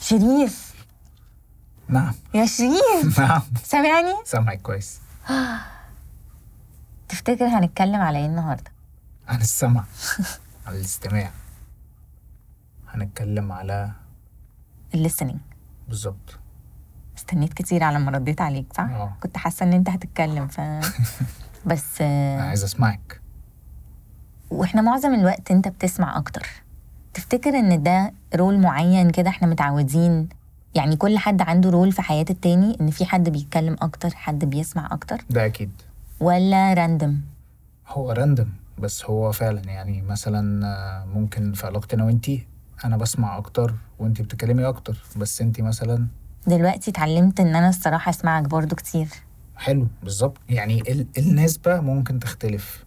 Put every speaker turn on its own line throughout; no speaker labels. شريف
نعم
يا شريف
نعم
سامعني
سامعك كويس
تفتكر هنتكلم على ايه النهارده
عن السمع على الاستماع هنتكلم على
الليسننج
بالظبط
استنيت كتير على ما رديت عليك صح
آه.
كنت حاسه ان انت هتتكلم ف بس آه،
انا عايز اسمعك
واحنا معظم الوقت انت بتسمع اكتر تفتكر ان ده رول معين كده احنا متعودين يعني كل حد عنده رول في حياة التاني ان في حد بيتكلم اكتر حد بيسمع اكتر
ده اكيد
ولا راندم
هو راندم بس هو فعلا يعني مثلا آه، ممكن في علاقتنا وانتي انا بسمع اكتر وانتي بتتكلمي اكتر بس انتي مثلا
دلوقتي اتعلمت ان انا الصراحة اسمعك برضو كتير
حلو بالظبط يعني ال- النسبة ممكن تختلف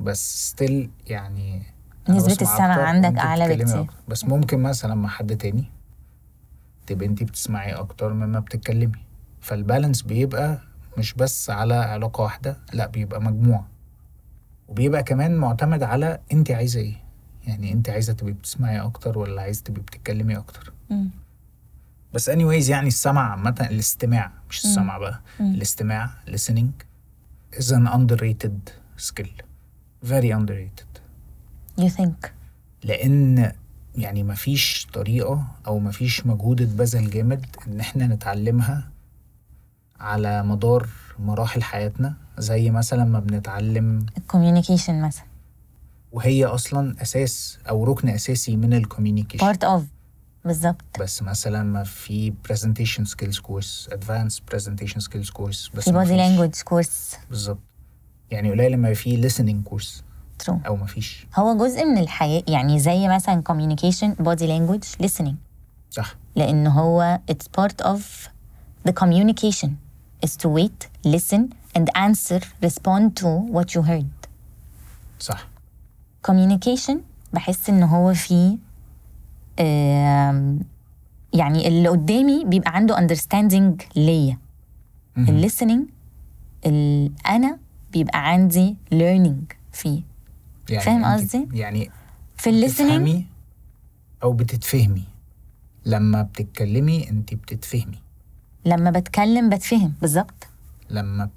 بس ستيل يعني أنا
نسبة
بسمع
السمع
أكتر
عندك
وأنت
أعلى
بتتكلمي
بكتير.
أكتر. بس ممكن مثلا مع حد تاني تبقى انت بتسمعي أكتر مما بتتكلمي فالبالانس بيبقى مش بس على علاقة واحدة لا بيبقى مجموعة وبيبقى كمان معتمد على انت عايزة ايه يعني انت عايزة تبقي بتسمعي أكتر ولا عايزة تبقي بتتكلمي أكتر بس اني وايز يعني السمع عامة الاستماع مش السمع بقى الاستماع listening is an underrated skill very underrated
you think
لأن يعني مفيش طريقة أو مفيش مجهود اتبذل جامد إن إحنا نتعلمها على مدار مراحل حياتنا زي مثلا ما بنتعلم
الكوميونيكيشن مثلا
وهي أصلا أساس أو ركن أساسي من الكوميونيكيشن
part of بالظبط
بس مثلا ما في presentation skills course advanced presentation skills course بس
في
ما
body
فيش.
language course
بالظبط يعني قليل لما في listening course
true
او ما فيش
هو جزء من الحياة يعني زي مثلا communication body language listening
صح
لأن هو it's part of the communication is to wait, listen and answer, respond to what you heard.
صح
Communication بحس إن هو فيه آم، يعني اللي قدامي بيبقى عنده understanding ليا ال listening ال- أنا بيبقى عندي learning فيه
يعني
فاهم
أنت-
قصدي؟
يعني
في ال listening
بتفهمي او بتتفهمي لما بتتكلمي انت بتتفهمي
لما بتكلم بتفهم بالظبط
لما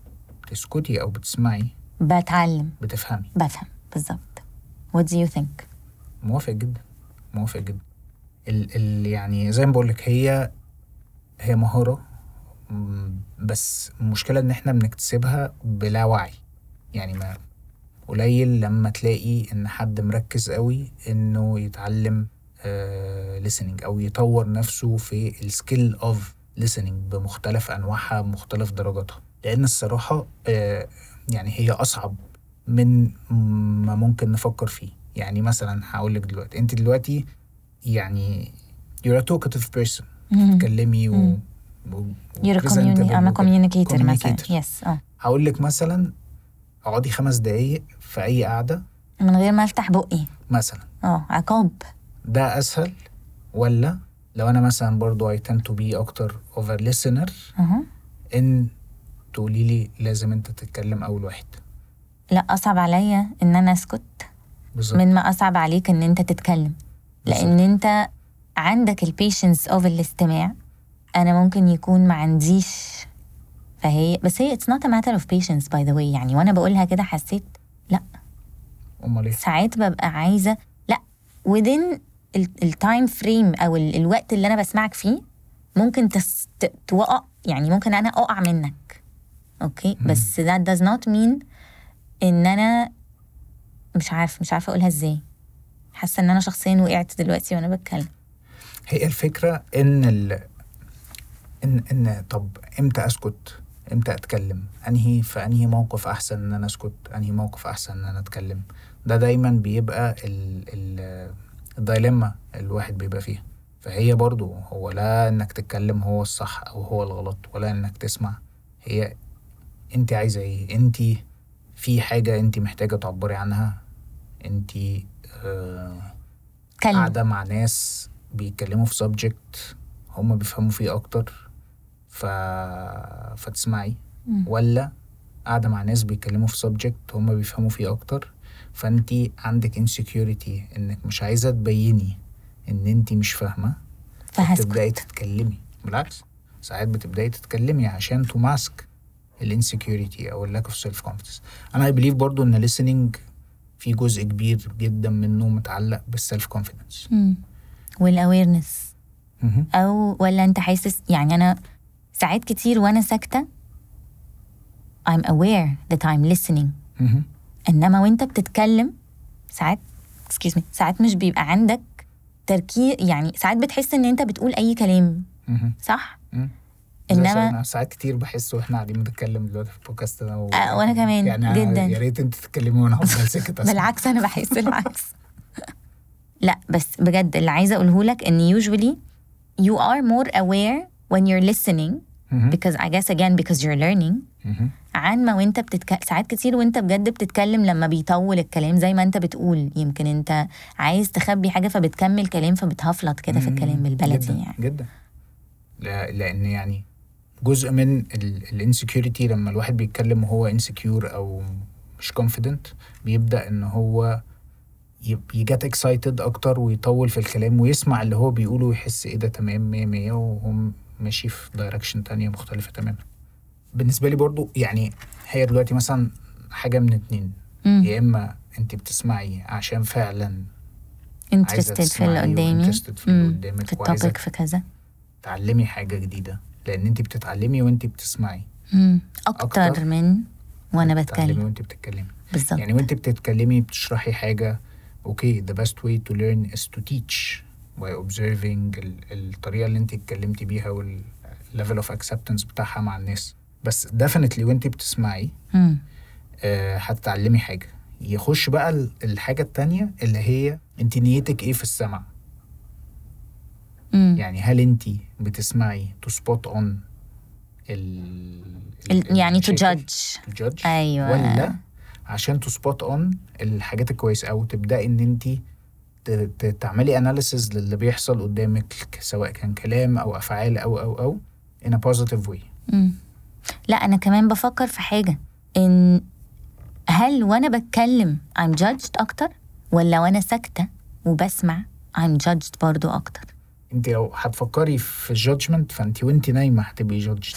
بتسكتي او بتسمعي
بتعلم
بتفهمي
بفهم بالظبط What do you think؟
موافق جدا موافق جدا ال ال يعني زي ما بقولك هي هي مهارة مم، بس المشكلة إن إحنا بنكتسبها بلا وعي يعني ما قليل لما تلاقي إن حد مركز قوي إنه يتعلم آه listening أو يطور نفسه في السكيل أوف listening بمختلف أنواعها بمختلف درجاتها لأن الصراحة آه يعني هي أصعب من ما ممكن نفكر فيه يعني مثلا هقول لك دلوقتي انت دلوقتي يعني you're a talkative person تتكلمي و, و...
You're a
presentable
communi- I'm a
وكده.
communicator مثلا
communicator.
يس اه
هقول لك مثلا اقعدي خمس دقايق في اي قعده
من غير ما افتح بقي
مثلا
اه عقاب
ده اسهل ولا لو انا مثلا برضو I tend to be اكتر over listener
اها
ان تقولي لي لازم انت تتكلم اول واحد
لا اصعب عليا ان انا اسكت
بالظبط
من ما اصعب عليك ان انت تتكلم لان انت عندك البيشنس اوف الاستماع انا ممكن يكون ما عنديش فهي بس هي اتس نوت ا ماتر اوف بيشنس باي ذا واي يعني وانا بقولها كده حسيت لا
امال ايه
ساعات ببقى عايزه لا within التايم فريم او ال- الوقت اللي انا بسمعك فيه ممكن تس... ت- توقع يعني ممكن انا اقع منك اوكي بس that does not mean ان انا مش عارف مش عارفه اقولها ازاي حاسه ان انا شخصيا وقعت دلوقتي وانا بتكلم
هي الفكرة إن ال... إن إن طب إمتى أسكت؟ إمتى أتكلم؟ أنهي في أنهي موقف أحسن إن أنا أسكت؟ أنهي موقف أحسن إن أنا أتكلم؟ ده دايما بيبقى ال... ال... الدايلما الواحد بيبقى فيها فهي برضو هو لا إنك تتكلم هو الصح أو هو الغلط ولا إنك تسمع هي أنت عايزة إيه؟ أنت في حاجة أنت محتاجة تعبري عنها؟ أنت آه
اتكلم
قاعدة مع ناس بيتكلموا في سبجكت هما بيفهموا فيه أكتر ف... فتسمعي ولا قاعدة مع ناس بيتكلموا في سبجكت هما بيفهموا فيه أكتر فأنتي عندك insecurity إنك مش عايزة تبيني إن أنتي مش فاهمة
فهسكت.
بتبداي تتكلمي بالعكس ساعات بتبداي تتكلمي عشان تماسك الانسكيورتي او اللاك اوف سيلف كونفيدنس انا اي بليف برضو ان listening في جزء كبير جدا منه متعلق بالسيلف كونفيدنس
والاويرنس او ولا انت حاسس يعني انا ساعات كتير وانا ساكته I'm aware that I'm listening انما وانت بتتكلم ساعات excuse me ساعات مش بيبقى عندك تركيز يعني ساعات بتحس ان انت بتقول اي كلام صح إنما-
ساعات كتير بحس واحنا قاعدين بنتكلم دلوقتي في البودكاست انا و...
آه، وأنا كمان،
يعني أنا
جداً.
يا ريت انت تتكلمي وانا هفضل ساكت أصلاً.
بالعكس انا بحس العكس لا بس بجد اللي عايزه اقوله لك ان usually you are more aware when you're listening
مهم.
because I guess again because you're learning
مهم.
عن ما وانت بتتكلم ساعات كتير وانت بجد بتتكلم لما بيطول الكلام زي ما انت بتقول يمكن انت عايز تخبي حاجه فبتكمل كلام فبتهفلط كده في الكلام بالبلدي
جداً،
يعني
جدا لا لان يعني جزء من الانسكيورتي لما الواحد بيتكلم وهو انسكيور او مش كونفيدنت بيبدا ان هو يجت اكسايتد اكتر ويطول في الكلام ويسمع اللي هو بيقوله ويحس ايه ده تمام 100 100 وهو ماشي في دايركشن تانية مختلفة تماما بالنسبة لي برضو يعني هي دلوقتي مثلا حاجة من اتنين
مم.
يا اما انت بتسمعي عشان فعلا عايزة
interested في اللي
تسمعي
قدامي
وانترستد في اللي
مم.
قدامك
في
وعايزة
التوبيك في كذا
تعلمي حاجة جديدة لأن أنت بتتعلمي وأنت بتسمعي
مم.
أكتر
اكتر من وانا
بتتعلمي
بتكلم
وأنت بتتكلمي
بالظبط
يعني وأنت بتتكلمي بتشرحي حاجة أوكي the best way to learn is to teach by observing ال- الطريقة اللي أنت اتكلمتي بيها وال level of acceptance بتاعها مع الناس بس definitely وأنت بتسمعي
مم.
آه، هتتعلمي حاجة يخش بقى ال- الحاجة التانية اللي هي أنت نيتك إيه في السمع
مم.
يعني هل انت بتسمعي تو سبوت اون ال
ال- يعني to
المشاكل؟
judge.
to judge
أيوة.
ولا عشان تو سبوت اون الحاجات الكويسه او تبداي ان انت ت- ت- تعملي اناليسز للي بيحصل قدامك ك- سواء كان كلام او افعال او او او in a positive way
مم. لا انا كمان بفكر في حاجه ان هل وانا بتكلم I'm judged اكتر ولا وانا ساكته وبسمع I'm judged برضو اكتر
انت لو هتفكري في جادجمنت فانت وانت نايمه هتبقي جادجد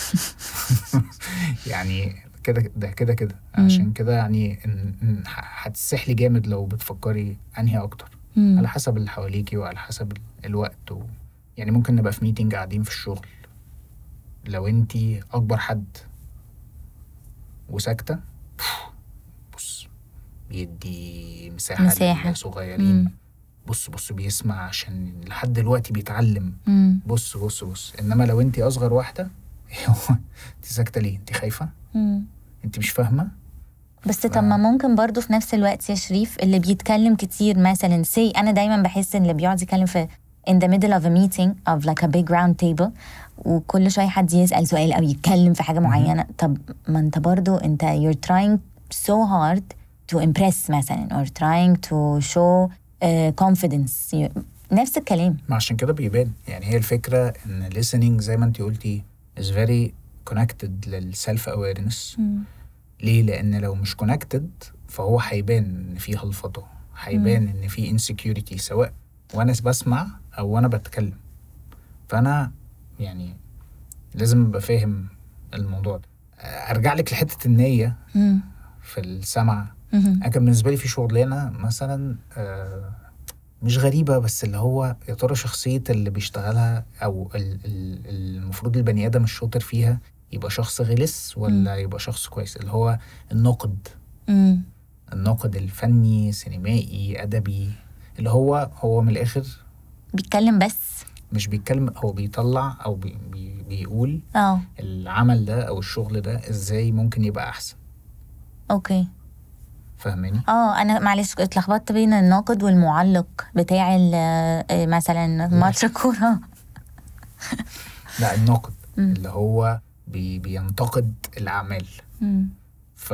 يعني كده ده كده كده عشان كده يعني ان- ان ه- هتسحلي جامد لو بتفكري انهي اكتر
مم.
على حسب اللي حواليكي وعلى حسب ال- الوقت و... يعني ممكن نبقى في ميتنج قاعدين في الشغل لو انت اكبر حد وساكته بص بيدي مساحه
مساحة.
للصغيرين بص بص بيسمع عشان لحد دلوقتي بيتعلم
مم.
بص بص بص انما لو انت اصغر واحده انت ساكته أيوه، ليه انت خايفه
مم.
انت مش فاهمه
بس طب ما ممكن برضو في نفس الوقت يا شريف اللي بيتكلم كتير مثلا سي انا دايما بحس ان اللي بيقعد يتكلم في in the middle of a meeting of like a big round table وكل شويه حد يسال سؤال او يتكلم في حاجه معينه طب ما انت برضو انت you're trying so hard to impress مثلا or trying to show uh, confidence You- نفس الكلام
ما عشان كده بيبان يعني هي الفكره ان listening زي ما انت قلتي is very connected للسلف awareness ليه لان لو مش connected فهو هيبان ان في هلفطه هيبان ان في insecurity سواء وانا بسمع او وانا بتكلم فانا يعني لازم ابقى فاهم الموضوع ده ارجع لك لحته النيه في السمع انا كان بالنسبه لي في شغلانه مثلا آه، مش غريبه بس اللي هو يا ترى شخصيه اللي بيشتغلها او ال- ال- المفروض البني ادم الشاطر فيها يبقى شخص غلس ولا يبقى شخص كويس اللي هو الناقد الناقد الفني سينمائي ادبي اللي هو هو من الاخر
بيتكلم بس
مش بيتكلم هو بيطلع او بي بي بيقول
اه
العمل ده او الشغل ده ازاي ممكن يبقى احسن
اوكي
فاهماني
اه انا معلش اتلخبطت بين الناقد والمعلق بتاع ال- آه، مثلا ماتش الكوره
لا الناقد اللي هو بي بينتقد الاعمال ف...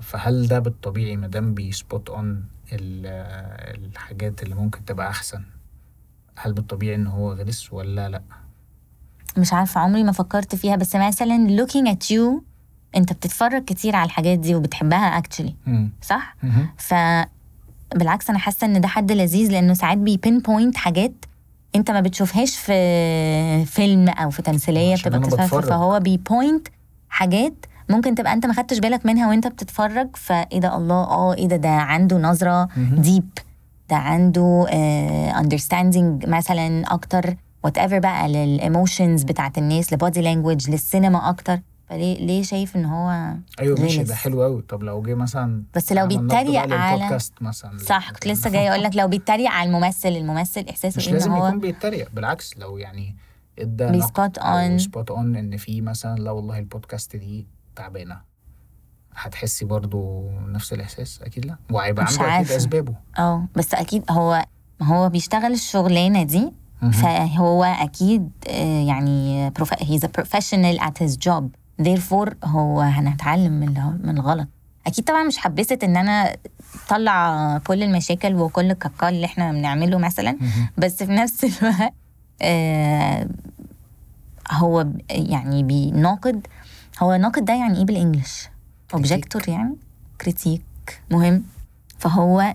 فهل ده بالطبيعي مادام بيسبوت اون ال... الحاجات اللي ممكن تبقى احسن هل بالطبيعي ان هو غلس ولا لا
مش عارفه عمري ما فكرت فيها بس مثلا looking at you انت بتتفرج كتير على الحاجات دي وبتحبها actually
مم.
صح
مهم.
ف بالعكس انا حاسه ان ده حد لذيذ لانه ساعات بيبين بوينت حاجات انت ما بتشوفهاش في فيلم او في تمثيليه
عشان
بتبقى
أنا
بتتفرج
بتفرج.
فهو بيبوينت حاجات ممكن تبقى انت ما خدتش بالك منها وانت بتتفرج فايه ده الله اه ايه ده ده عنده نظره
مهم.
ديب ده عنده آه، اندرستاندينج مثلا اكتر وات ايفر بقى للايموشنز بتاعت الناس لبادي لانجوج للسينما اكتر فليه ليه شايف ان هو
ايوه ماشي ده
غلس.
حلو قوي طب لو جه مثلا
بس لو
عمل نقد بقى
بيتريق على-
للبودكاست مثلا
صح كنت لسه جاي اقول لك لو بيتريق على الممثل الممثل احساسه
مش
ايه ان
لازم
هو
يكون بيتريق بالعكس لو يعني ادى
Be
نقد
spot
أو
on.
spot on ان في مثلا لا والله البودكاست دي تعبانه هتحسي برضو نفس الاحساس اكيد لا وهيبقى
مش
عنده اكيد
عارفة.
اسبابه
اه بس اكيد هو ما هو بيشتغل الشغلانه دي
مهم.
فهو اكيد آه، يعني هيز ا بروفيشنال ات هيز جوب therefore هو هنتعلم من الغ- من الغلط اكيد طبعا مش حبست ان انا اطلع كل المشاكل وكل الكاكا اللي احنا بنعمله مثلا
مهم.
بس في نفس الوقت آه، هو ب- يعني بيناقد هو ناقد ده يعني ايه بالانجلش اوبجيكتور يعني كريتيك مهم فهو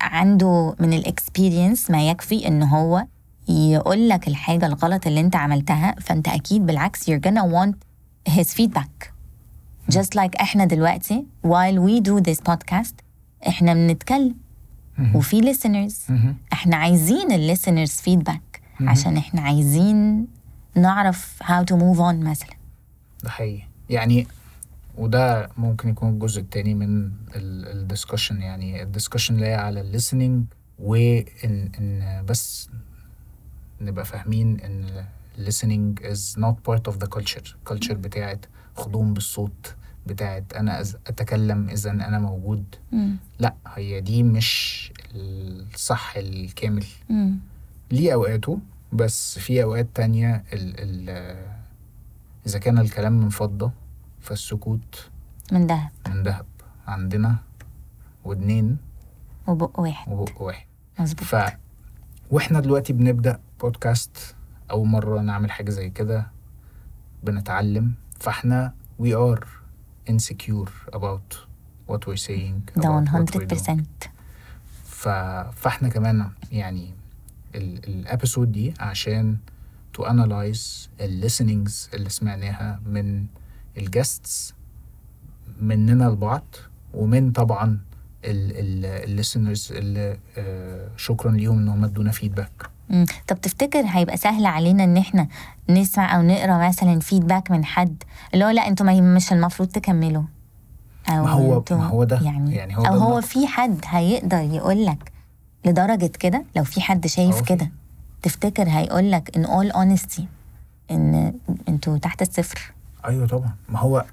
عنده من الاكسبيرينس ما يكفي ان هو يقول لك الحاجه الغلط اللي انت عملتها فانت اكيد بالعكس you're gonna want his feedback just like احنا دلوقتي while we do this podcast احنا بنتكلم
مهم.
وفي listeners
مهم.
احنا عايزين الليسنرز فيدباك عشان احنا عايزين نعرف how to move on مثلا
ده حقيقي يعني وده ممكن يكون الجزء التاني من الدiscussion يعني الدسكشن اللي هي على الليسننج وان ان بس نبقى فاهمين ان listening is not part of the culture culture بتاعت خضوم بالصوت بتاعت انا أز- اتكلم اذا انا موجود لا هي دي مش الصح الكامل ليه اوقاته بس في اوقات تانية ال ال اذا كان الكلام من فضة فالسكوت
من دهب
من ذهب عندنا ودنين
وبق واحد
وبق واحد
مظبوط
ف واحنا دلوقتي بنبدأ بودكاست اول مرة نعمل حاجة زي كده بنتعلم فاحنا we are insecure about what we're
ده
saying about what we're
100%
doing. ف... فاحنا كمان يعني ال- الابيسود دي عشان تو انالايز الليسننجز اللي سمعناها من الجاستس مننا لبعض ومن طبعا الليسنرز اللي آه، شكرا ليهم ان هم ادونا فيدباك
مم. طب تفتكر هيبقى سهل علينا ان احنا نسمع او نقرا مثلا فيدباك من حد اللي هو لا انتوا ما مش المفروض تكملوا او
ما هو-
انتوا-
ما هو ده.
يعني,
يعني
يعني
هو
هو
ده
او هو
النقد.
في حد هيقدر يقول لك لدرجه كده لو في حد
هو
شايف
في.
كده تفتكر هيقول لك ان اول اونستي ان انتوا تحت الصفر
ايوه طبعا ما هو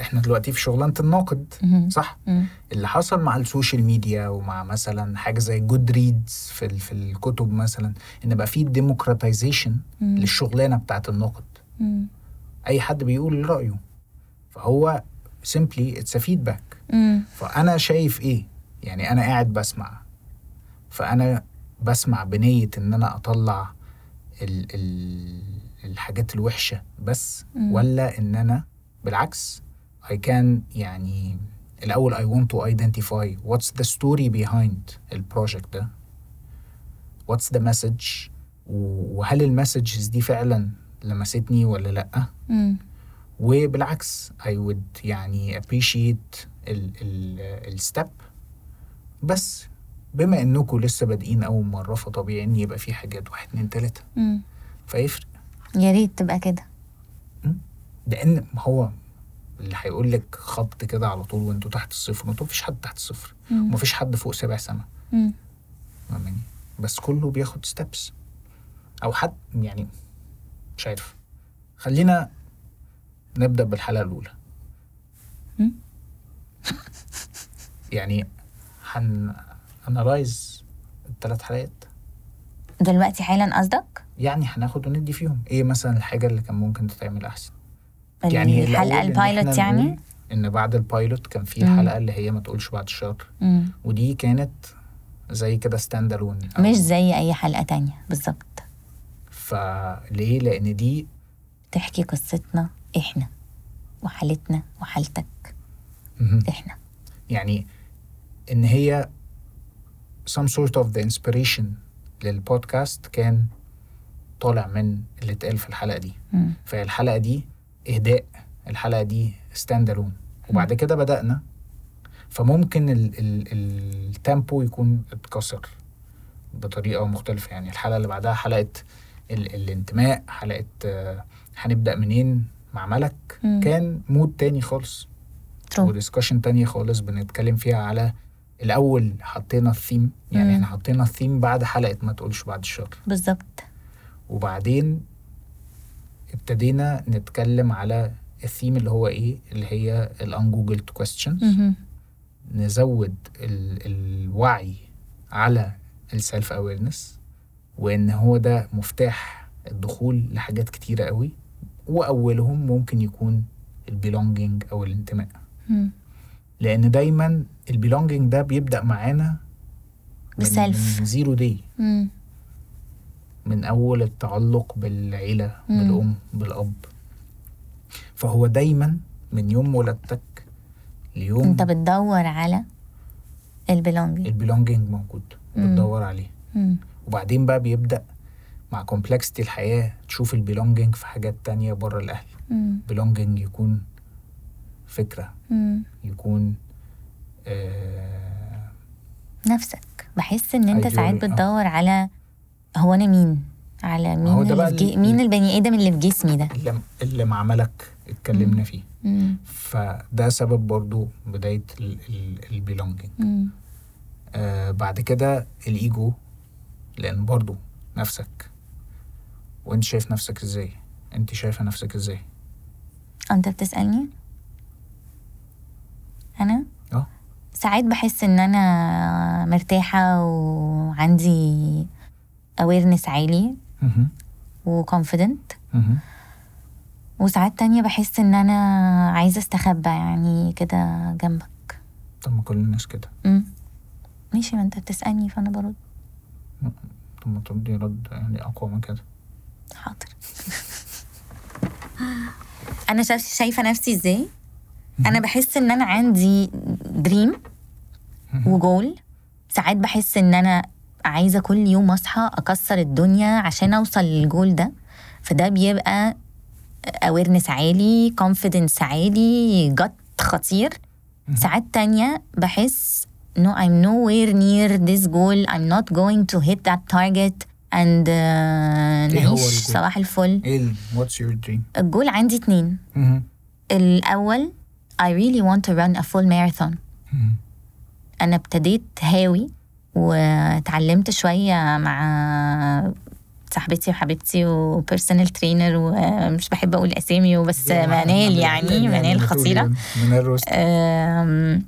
احنا دلوقتي في شغلانه الناقد
مهم.
صح
مم.
اللي حصل مع السوشيال ميديا ومع مثلا حاجه زي جود ريدز في ال- في الكتب مثلا ان بقى في ديموكراتيزيشن
مم.
للشغلانه بتاعت النقد
مم.
اي حد بيقول رايه فهو سيمبلي اتس فيدباك
مم.
فانا شايف ايه يعني انا قاعد بسمع فانا بسمع بنيه ان انا اطلع ال ال الحاجات الوحشه بس
مم.
ولا ان انا بالعكس I can يعني الاول I want to identify what's the story behind البروجكت ده what's the message و- وهل المسجز دي فعلا لمستني ولا لأ
مم.
وبالعكس I would يعني appreciate ال ال الستب بس بما انكم لسه بادئين اول مره فطبيعي ان يبقى في حاجات واحد اتنين تلاته
مم.
فيفرق
يا ريت تبقى كده
لان هو اللي هيقول لك خبط كده على طول وانتوا تحت الصفر وانتوا مفيش حد تحت الصفر
مم.
ومفيش حد فوق سبع سما
مم.
فاهماني بس كله بياخد ستبس او حد يعني مش عارف خلينا نبدا بالحلقه الاولى
مم.
يعني هن انالايز الثلاث حلقات
دلوقتي حالا قصدك
يعني هناخد وندي فيهم ايه مثلا الحاجه اللي كان ممكن تتعمل احسن يعني الأول
الحلقه
إن إحنا
البايلوت
نقول
يعني
ان بعد البايلوت كان في
مم.
الحلقه اللي هي ما تقولش بعد الشر
مم.
ودي كانت زي كده ستاند الون
مش زي اي حلقه تانية بالظبط
فليه لان دي
تحكي قصتنا احنا وحالتنا وحالتك
مهم.
احنا
يعني ان هي some sort of the inspiration للبودكاست كان طالع من اللي اتقال في الحلقه دي
مم.
فالحلقه دي اهداء الحلقه دي ستاند الون وبعد كده بدانا فممكن ال ال التامبو يكون اتكسر بطريقه مختلفه يعني الحلقه اللي بعدها حلقه ال الانتماء حلقه آه، هنبدا منين مع ملك
مم.
كان مود تاني خالص
ترو
وديسكشن تانية خالص بنتكلم فيها على الاول حطينا الثيم يعني
مم.
احنا حطينا الثيم بعد حلقه ما تقولش بعد الشر
بالظبط
وبعدين ابتدينا نتكلم على الثيم اللي هو ايه اللي هي الانجوجلد كويستشنز
مهم.
نزود ال الوعي على السيلف اويرنس وان هو ده مفتاح الدخول لحاجات كتيره قوي واولهم ممكن يكون البيلونجينج او الانتماء
مم.
لان دايما البيلونجينج ده بيبدا معانا من-
بالسيلف.
من زيرو دي
مم.
من اول التعلق بالعيله
مم.
بالام بالاب فهو دايما من يوم ولادتك ليوم
انت بتدور على البلونجينج
البيلونجينج موجود
مم.
وبتدور عليه
إيه.
وبعدين بقى بيبدا مع كومبلكسيتي الحياه تشوف البيلونجينج في حاجات تانية بره الاهل بيلونجينج يكون فكره يكون آه
نفسك بحس ان انت
Ideology.
ساعات بتدور على هو انا مين على مين
هو ده
اللي
بقى
في جي...
ال-
مين البني ادم اللي في جسمي ده
اللي, اللي مع ملك اتكلمنا فيه
مم.
فده سبب برضو بدايه البيلونجينج
مم.
آه بعد كده الايجو لان برضو نفسك وانت شايف نفسك ازاي انت شايفه نفسك ازاي
انت بتسالني انا
اه
ساعات بحس ان انا مرتاحه وعندي awareness عالي
مهم.
وconfident
مهم.
وساعات تانية بحس ان انا عايزه استخبى يعني كده جنبك
طب ما كل الناس كده
مم. ماشي ما انت بتسالني فانا برد
طب ما تردي رد يعني اقوى من كده
حاضر انا شايف شايفه نفسي ازاي انا بحس ان انا عندي دريم وجول ساعات بحس ان انا عايزه كل يوم اصحى اكسر الدنيا عشان اوصل للجول ده فده بيبقى اويرنس عالي كونفيدنس عالي جت خطير ساعات تانية بحس no I'm nowhere near this goal I'm not going to hit that target and uh,
الجول؟
نعيش صباح الفل
ايه واتس يور دريم
الجول عندي اتنين الأول I really want to run a full marathon أنا ابتديت هاوي واتعلمت شوية مع صاحبتي وحبيبتي وبيرسونال ترينر ومش بحب أقول أسامي وبس منال يعني منال خطيرة
إيه؟ منال روست
أم،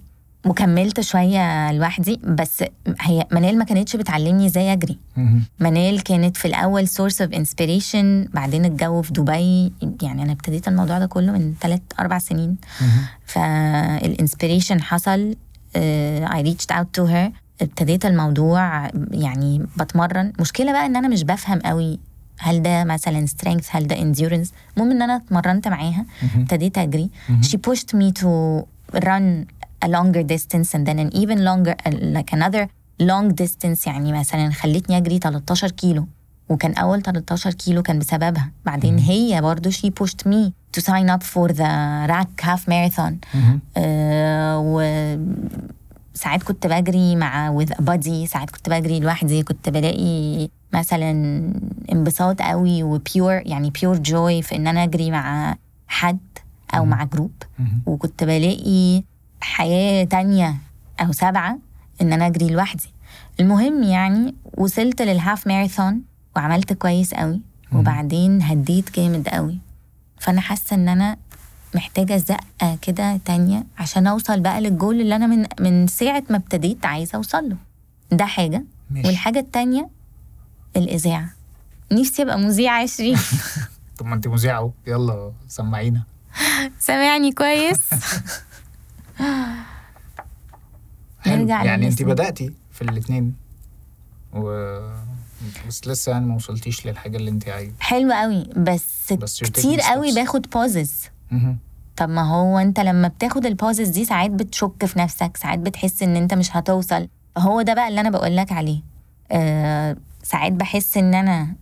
وكملت شوية لوحدي بس هي منال ما كانتش بتعلمني ازاي اجري
مهم.
منال كانت في الاول سورس اوف انسبيريشن بعدين الجو في دبي يعني انا ابتديت الموضوع ده كله من 3 4 سنين
مهم.
فالانسبيريشن حصل آه، اي ريتشد اوت تو هير ابتديت الموضوع يعني بتمرن مشكله بقى ان انا مش بفهم قوي هل ده مثلا سترينث هل ده endurance المهم ان انا اتمرنت معاها
مهم.
ابتديت اجري she pushed me to run a longer distance and then an even longer like another long distance يعني مثلا خلتني اجري 13 كيلو وكان اول 13 كيلو كان بسببها بعدين هي برضو she pushed me to sign up for the rack half marathon
مهم.
آه، وساعات كنت بجري مع with a buddy ساعات كنت بجري لوحدي كنت بلاقي مثلا انبساط قوي وبيور يعني بيور جوي في ان انا اجري مع حد او مع جروب
مهم.
وكنت بلاقي حياة تانية أو سبعة إن أنا أجري لوحدي المهم يعني وصلت للهاف ماراثون وعملت كويس قوي وبعدين هديت جامد قوي فأنا حاسة إن أنا محتاجة زقة كده تانية عشان أوصل بقى للجول اللي أنا من من ساعة ما ابتديت عايزة أوصل له ده حاجة
ماشي
والحاجة التانية الإذاعة نفسي أبقى مذيعة يا شريف
طب ما انت مذيعه اهو. يلا سمعينا
سامعني كويس
حلو.
نرجع
يعني انت
للاسم.
بداتي في الاثنين و بس لسه يعني ما وصلتيش للحاجه اللي انت عايزه
حلو قوي بس,
بس you're taking
كتير قوي
steps.
باخد بوزز
مهم.
طب ما هو انت لما بتاخد البوزز دي ساعات بتشك في نفسك ساعات بتحس ان انت مش هتوصل هو ده بقى اللي انا بقول لك عليه آه ساعات بحس ان انا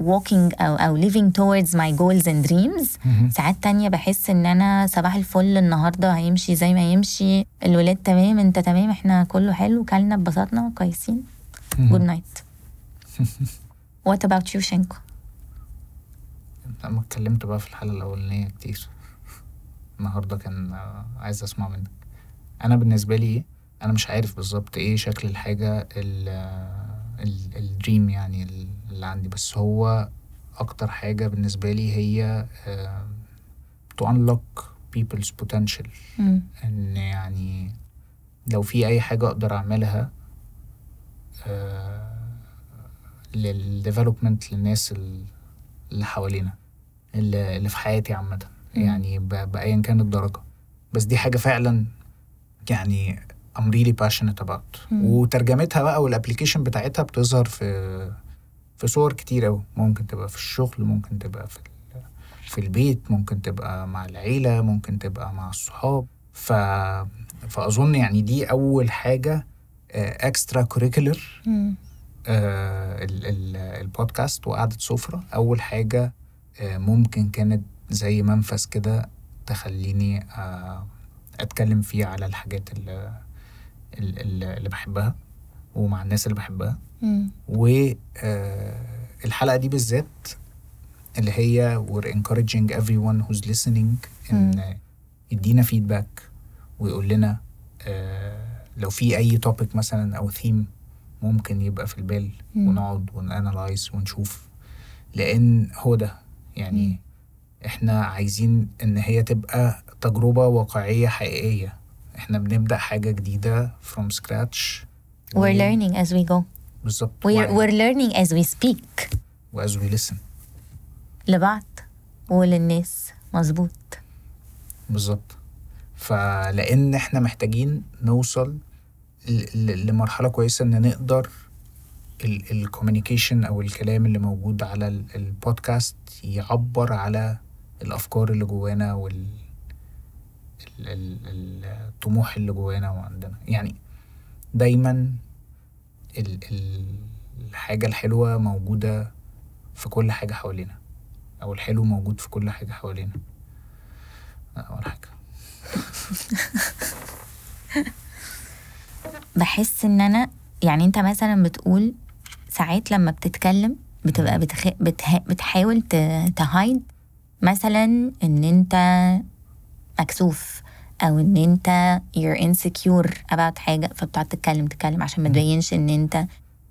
walking او او living towards my goals and dreams
مهم.
ساعات تانية بحس ان انا صباح الفل النهارده هيمشي زي ما يمشي الولاد تمام انت تمام احنا كله حلو كلنا ببساطنا كويسين
مهم.
good night what about you شنكو
انا اتكلمت بقى في الحلقه الاولانيه كتير النهارده كان آه، عايز اسمع منك انا بالنسبه لي ايه انا مش عارف بالظبط ايه شكل الحاجه الدريم يعني ال- اللي عندي بس هو اكتر حاجه بالنسبه لي هي تو انلوك people's potential
مم.
ان يعني لو في اي حاجه اقدر اعملها آه للديفلوبمنت للناس ال- اللي حوالينا اللي اللي في حياتي عامه
مم.
يعني ب- بايا كانت الدرجه بس دي حاجه فعلا يعني I'm really passionate about
مم.
وترجمتها بقى والابلكيشن بتاعتها بتظهر في في صور كتير قوي ممكن تبقى في الشغل ممكن تبقى في ال- في البيت ممكن تبقى مع العيلة ممكن تبقى مع الصحاب ف... فأظن يعني دي أول حاجة آه، اكسترا كوريكولر
مم.
آه، البودكاست وقعدة سفرة أول حاجة آه، ممكن كانت زي منفذ كده تخليني آه، أتكلم فيه على الحاجات اللي, اللي اللي بحبها ومع الناس اللي بحبها
مم.
والحلقة دي بالذات اللي هي we're encouraging everyone who's listening
مم.
إن يدينا feedback ويقول لنا آه، لو في أي topic مثلا أو theme ممكن يبقى في البال
مم.
ونقعد ونانلايز ونشوف لأن هو ده يعني إحنا عايزين إن هي تبقى تجربة واقعية حقيقية إحنا بنبدأ حاجة جديدة from scratch
we're
Mm.
learning as we go
بالظبط
we're,
وعي.
we're learning as we speak
وأز وي لسن
لبعض وللناس مظبوط
بالظبط فلأن إحنا محتاجين نوصل ل- ل- لمرحلة كويسة إن نقدر الكوميونيكيشن أو الكلام اللي موجود على ال- البودكاست يعبر على الأفكار اللي جوانا وال ال- ال- الطموح اللي جوانا وعندنا يعني دايما ال- ال- الحاجة الحلوة موجودة في كل حاجة حوالينا أو الحلو موجود في كل حاجة حوالينا ده أول حاجة
بحس ان انا يعني انت مثلا بتقول ساعات لما بتتكلم بتبقى بتخ... بتها... بتحاول ت... تهايد مثلا ان انت مكسوف او ان انت you're insecure about حاجه فبتقعد تتكلم تتكلم عشان ما تبينش ان انت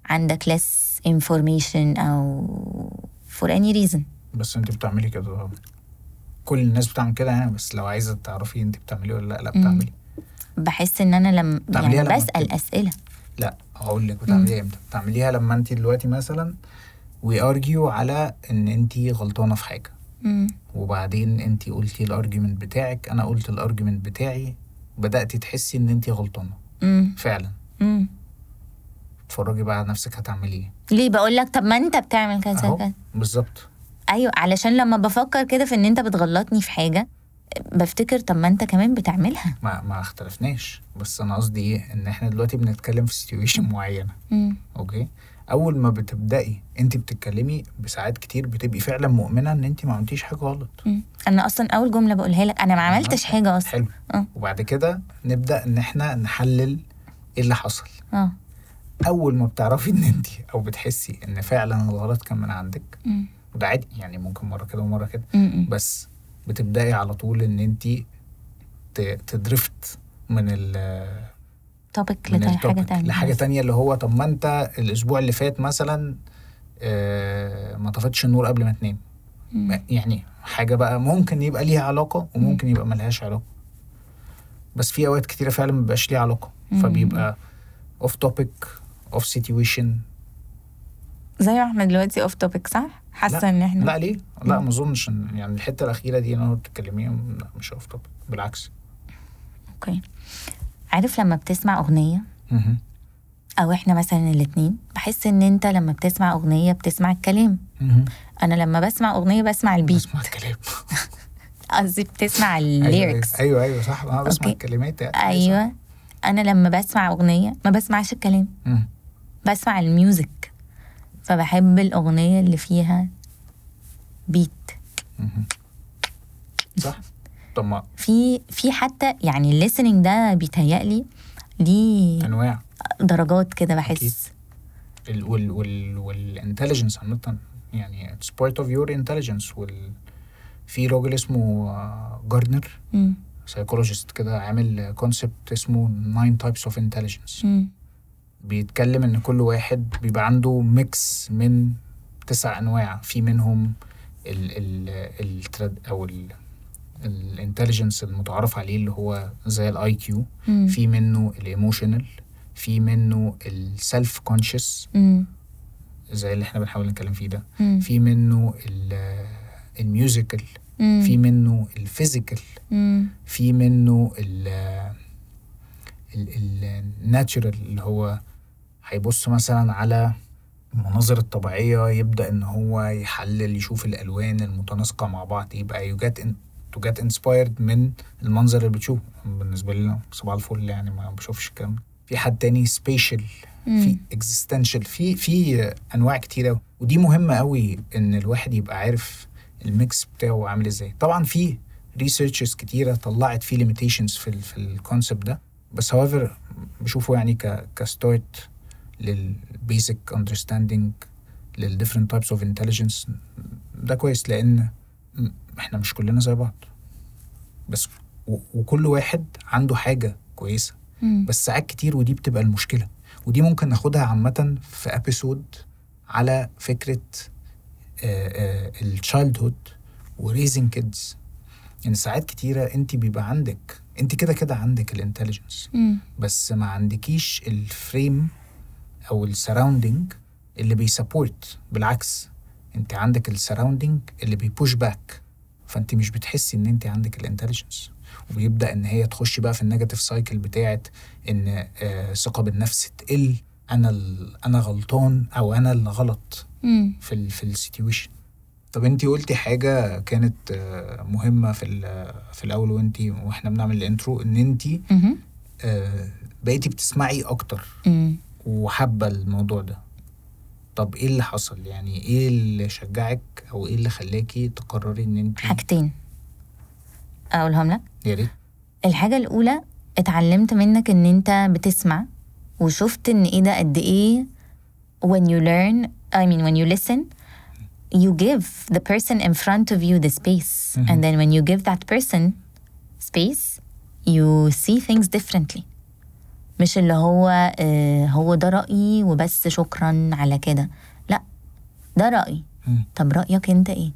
عندك less information او for any reason
بس انت بتعملي كده طبعا كل الناس بتعمل كده يعني بس لو عايزه تعرفي انت بتعملي ولا لا لا بتعملي
بحس ان انا لم...
بتعمليها
يعني
لما
بسال
بت-
اسئله
لا هقول لك بتعمليها امتى بتعمليها لما انت دلوقتي مثلا وي ارجيو على ان انت غلطانه في حاجه
مم.
وبعدين انت قلتي الارجيومنت بتاعك انا قلت الارجيومنت بتاعي بداتي تحسي ان انت غلطانه
مم.
فعلا
مم.
اتفرجي بقى على نفسك هتعملي ايه
ليه بقول لك طب ما انت بتعمل كذا
اهو
كذا
بالظبط
ايوه علشان لما بفكر كده في ان انت بتغلطني في حاجه بفتكر طب ما انت كمان بتعملها
ما ما اختلفناش بس انا قصدي ايه ان احنا دلوقتي بنتكلم في سيتويشن معينه
مم.
اوكي اول ما بتبداي انت بتتكلمي بساعات كتير بتبقي فعلا مؤمنه ان انت ما عملتيش حاجه غلط
مم. انا اصلا اول جمله بقولها لك انا ما عملتش حاجه اصلا
حلو
اه.
وبعد كده نبدا ان احنا نحلل ايه اللي حصل
اه
اول ما بتعرفي ان انت او بتحسي ان فعلا الغلط كان من عندك
مم.
وده عادي يعني ممكن مره كده ومره كده
مم.
بس بتبداي على طول ان انت ت- تدرفت من ال
توبيك
من
لحاجه
التوبيك
تانية
لحاجه تانية اللي هو طب ما انت الاسبوع اللي فات مثلا آه، ما طفتش النور قبل ما تنام
مم.
يعني حاجه بقى ممكن يبقى ليها علاقه وممكن يبقى ملهاش علاقه بس في اوقات كتيره فعلا ما بيبقاش ليها علاقه
مم.
فبيبقى اوف توبيك اوف سيتويشن
زي ما احنا دلوقتي اوف توبيك صح حاسه ان احنا
لا ليه لا ما اظنش إن- يعني الحته الاخيره دي اللي انا بتتكلميها لا، مش اوف توبيك بالعكس
اوكي عارف لما بتسمع اغنيه
مهم.
او احنا مثلا الاتنين بحس ان انت لما بتسمع اغنيه بتسمع الكلام
مهم.
انا لما بسمع اغنيه بسمع البيت
بسمع الكلام
قصدي بتسمع
أيوة،
الليركس
ايوه ايوه صح انا بسمع
أوكي.
الكلمات يعني
ايوه انا لما بسمع اغنيه ما بسمعش الكلام
مم.
بسمع الميوزك فبحب الأغنية اللي فيها بيت
مهم. صح طب ما
في في حتى يعني الليسننج ده بيتهيألي ليه
انواع
درجات كده
أكيد.
بحس
ال وال وال والانتليجنس عامة يعني اتس بارت اوف يور انتليجنس وال في راجل اسمه جاردنر
مم.
سايكولوجيست كده عامل كونسبت اسمه ناين تايبس اوف انتليجنس
مم.
بيتكلم ان كل واحد بيبقى عنده ميكس من تسع انواع في منهم ال ال ال او ال الانتليجنس المتعارف عليه اللي هو زي الاي كيو
مم.
في منه الايموشنال في منه السلف كونشس
مم.
زي اللي احنا بنحاول نتكلم فيه ده
مم.
في منه ال- الميوزيكال
مم.
في منه الفيزيكال
مم.
في منه ال- ال- الناتشرال اللي هو هيبص مثلا على المناظر الطبيعية يبدأ إن هو يحلل يشوف الألوان المتناسقة مع بعض يبقى يجات تو جات انسبايرد من المنظر اللي بتشوفه بالنسبة لنا صباح الفل يعني ما بشوفش الكلام ده. في حد تاني سبيشال في اكزيستنشال في في انواع كتيره أوي. ودي مهمه قوي ان الواحد يبقى عارف الميكس بتاعه عامل ازاي طبعا في ريسيرشز كتيره طلعت في ليميتيشنز في ال في الكونسبت ده بس هوفر بشوفه يعني ك كستارت للبيزك اندرستاندينج للديفرنت تايبس اوف انتليجنس ده كويس لان م- احنا مش كلنا زي بعض بس و- وكل واحد عنده حاجه كويسه
مم.
بس ساعات كتير ودي بتبقى المشكله ودي ممكن ناخدها عامه في ابيسود على آه، فكره التشايلد هود وريزنج كيدز ان يعني ساعات كتيره انت بيبقى عندك انت كده كده عندك الانتليجنس
مم.
بس ما عندكيش الفريم او السراوندنج اللي بيسبورت بالعكس انت عندك السراوندنج اللي بيبوش باك فانت مش بتحسي ان انت عندك الانتليجنس وبيبدا ان هي تخش بقى في النيجاتيف سايكل بتاعت ان آه، الثقه بالنفس تقل انا ال- انا غلطان او انا اللي غلط
مم.
في ال في السيتويشن طب انت قلتي حاجه كانت آه، مهمه في ال- في الاول وانت واحنا بنعمل الانترو ان انت
مهم.
آه، بقيتي بتسمعي اكتر
مم.
وحابه الموضوع ده طب ايه اللي حصل يعني ايه اللي شجعك او ايه اللي خلاكي تقرري ان انت
حاجتين أقولهم لك
يا ريت
الحاجة الأولى اتعلمت منك إن أنت بتسمع وشفت إن إيه ده قد إيه when you learn I mean when you listen you give the person in front of you the space
مهم.
and then when you give that person space you see things differently مش اللي هو آه، هو ده رأيي وبس شكرا على كده لا ده رأيي
مم.
طب رأيك أنت إيه؟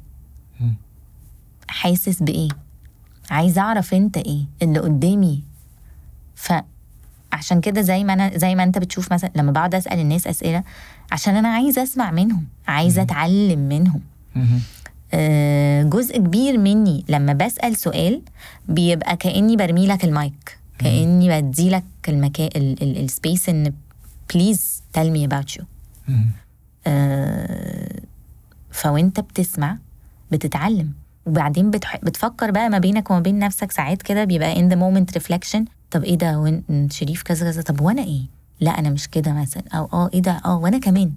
مم.
حاسس بإيه؟ عايز أعرف أنت إيه اللي قدامي فعشان كده زي ما أنا زي ما أنت بتشوف مثلا لما بقعد أسأل الناس أسئلة عشان أنا عايزة أسمع منهم عايزة أتعلم منهم
مهم.
آه، جزء كبير مني لما بسأل سؤال بيبقى كأني برمي لك المايك كأني بدي لك المكان السبيس إن بليز تيل مي أباوت يو
مهم.
آه، فوانت بتسمع بتتعلم وبعدين بتح... بتفكر بقى ما بينك وما بين نفسك ساعات كده بيبقى ان ذا مومنت ريفلكشن طب ايه ده وان شريف كذا كذا طب وانا ايه لا انا مش كده مثلا او اه ايه ده اه وانا كمان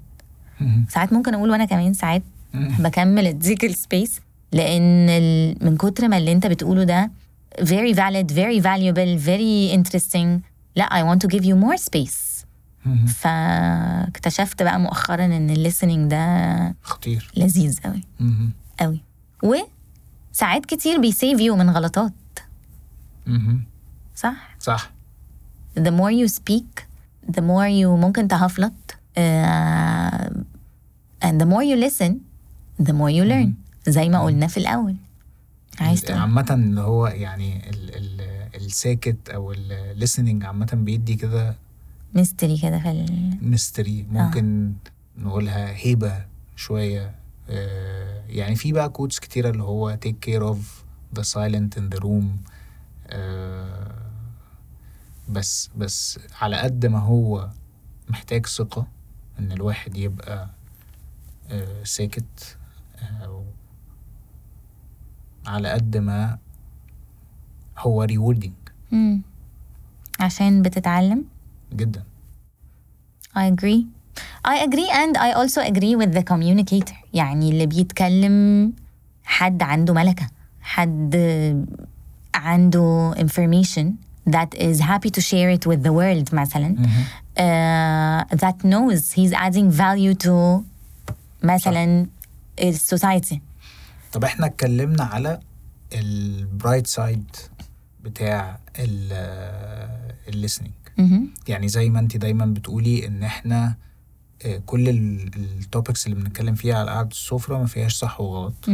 مهم.
ساعات ممكن اقول وانا كمان ساعات
مهم.
بكمل اديك السبيس لان ال... من كتر ما اللي انت بتقوله ده very valid very valuable very interesting لا I want to give you more space
مهم.
فاكتشفت بقى مؤخرا ان الليسننج ده
خطير
لذيذ قوي
مهم.
قوي وساعات كتير بيسيف يو من غلطات
مهم.
صح
صح
the more you speak the more you ممكن تهفلط آه، and the more you listen the more you learn زي ما قلنا في الأول عايز تقول
عامة اللي هو يعني ال ال الساكت او الليسننج عامة بيدي كده
ميستري كده في ال...
ميستري ممكن نقولها هيبة شوية آه، يعني في بقى كوتس كتيرة اللي هو take care of the silent in the room آه، بس بس على قد ما هو محتاج ثقة إن الواحد يبقى آه، ساكت آه، على قد ما هو rewarding
مم. عشان بتتعلم
جدا
I agree I agree and I also agree with the communicator يعني اللي بيتكلم حد عنده ملكة حد عنده information that is happy to share it with the world مثلا uh, that knows he's adding value to مثلا السوسايتي
طب احنا اتكلمنا على البرايت سايد بتاع الليسننج يعني زي ما انت دايما بتقولي ان احنا آه، كل التوبكس اللي بنتكلم فيها على قعدة السفرة ما فيهاش صح وغلط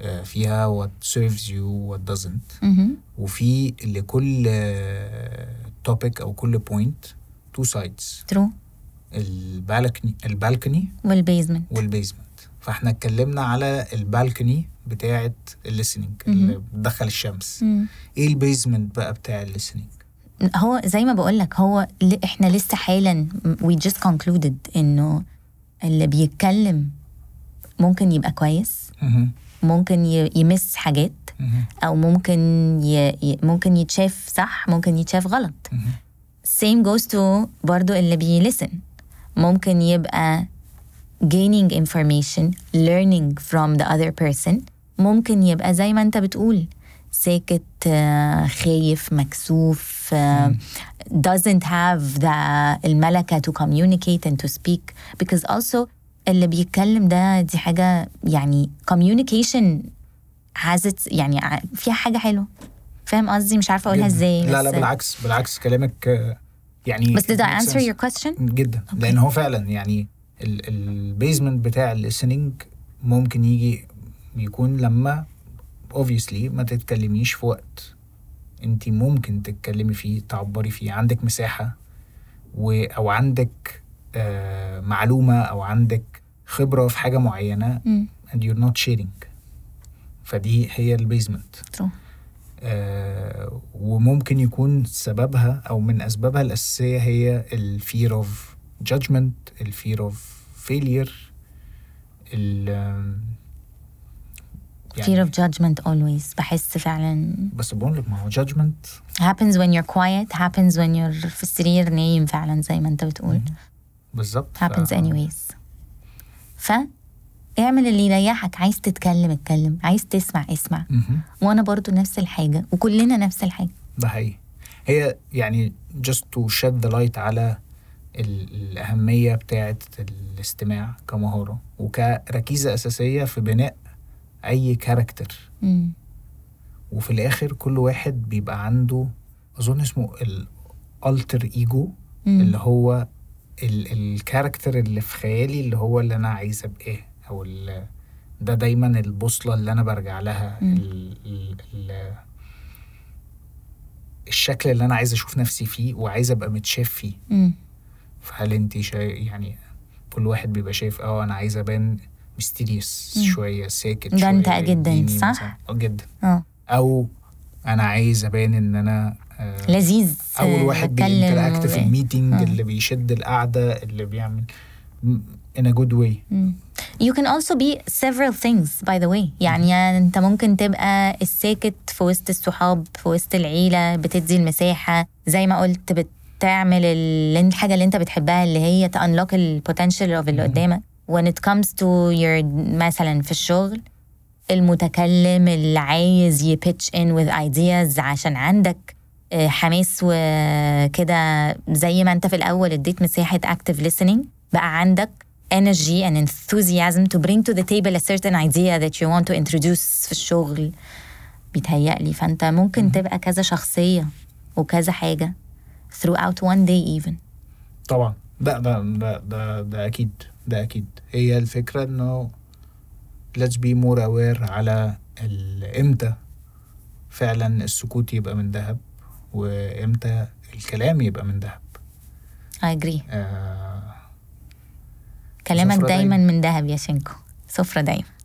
آه، فيها what serves you what doesn't وفي لكل توبيك او كل بوينت تو سايدز
ترو
البالكني البالكني
والبيزمنت
والبيزمنت فاحنا اتكلمنا على البالكني بتاعه الليسننج اللي بتدخل الشمس ايه البيزمنت بقى بتاع الليسننج
هو زي ما بقول لك هو ل- احنا لسه حالا we just concluded انه اللي بيتكلم ممكن يبقى كويس ممكن ي- يمس حاجات او ممكن ي... ي- ممكن يتشاف صح ممكن يتشاف غلط same goes to برضو اللي بيلسن ممكن يبقى gaining information learning from the other person ممكن يبقى زي ما انت بتقول ساكت آه، خايف مكسوف آه، doesn't have the الملكة to communicate and to speak because also اللي بيتكلم ده دي حاجة يعني communication has its يعني ع- فيها حاجة حلوة فاهم قصدي مش عارفة أقولها ازاي
لا لا
بس-
بالعكس بالعكس كلامك آه، يعني
بس did I
makes
answer
sense.
your question؟
جدا لان هو فعلا يعني البيزمنت بتاع الليسننج ممكن يجي يكون لما اوبفيسلي ما تتكلميش في وقت انت ممكن تتكلمي فيه تعبري فيه عندك مساحه و او عندك آه معلومه او عندك خبره في حاجه معينه
مم.
and you're not sharing فدي هي البيزمنت
True.
آه، وممكن يكون سببها او من اسبابها الاساسيه هي الفير اوف جادجمنت الفير اوف فيلير
fear of judgment always بحس فعلا
يعني بس بقول لك ما هو جادجمنت
happens when you're quiet happens when you're في السرير نايم فعلا زي ما انت بتقول
Mm-hmm. بالظبط آه. ف-
happens anyways ف اعمل اللي يريحك عايز تتكلم اتكلم عايز تسمع اسمع
مهم.
وانا برضو نفس الحاجة وكلنا نفس الحاجة
ده حقيقي هي يعني just to shed the light على ال- الأهمية بتاعة الاستماع كمهارة وكركيزة أساسية في بناء أي كاركتر
مم.
وفي الاخر كل واحد بيبقى عنده اظن اسمه الالتر ايجو
مم.
اللي هو ال- الكاركتر اللي في خيالي اللي هو اللي انا عايز ابقى ايه او ال- ده دايما البوصله اللي انا برجع لها
مم.
ال ال ال الشكل اللي انا عايز اشوف نفسي فيه وعايز ابقى متشاف فيه
مم.
فهل انت شايف يعني كل واحد بيبقى شايف اه انا عايز ابان ميستيريس
مم.
شويه ساكت
ده انت
شوية،
جداً،
يديني
صح؟
مثلاً. آه، جدا
اه
او انا عايز ابان ان انا آه،
لذيذ
اول
آه،
واحد
بتكلم
بينتراكت في
و-
الميتنج
آه.
اللي بيشد القعده اللي بيعمل ان جود واي
Mm. You can also be several things by the way يعني انت ممكن تبقى الساكت في وسط الصحاب في وسط العيلة بتدي المساحة زي ما قلت بتعمل ال- الحاجة اللي انت بتحبها اللي هي تأنلوك البوتنشال اوف اللي قدامك when it comes to your مثلا في الشغل المتكلم اللي عايز يبيتش ان with ideas عشان عندك آه، حماس وكده زي ما انت في الاول اديت مساحه active listening بقى عندك energy and enthusiasm to bring to the table a certain idea that you want to introduce في الشغل بيتهيألي فانت ممكن تبقى كذا شخصيه وكذا حاجه throughout one day even
طبعا ده ده ده ده, ده اكيد ده اكيد هي الفكره انه let's be more aware على ال- امتى فعلا السكوت يبقى من ذهب وامتى الكلام يبقى من ذهب
I agree
آه
كلامك
سفرة
دايما
دايما.
من ذهب يا شينكو سفرة دايما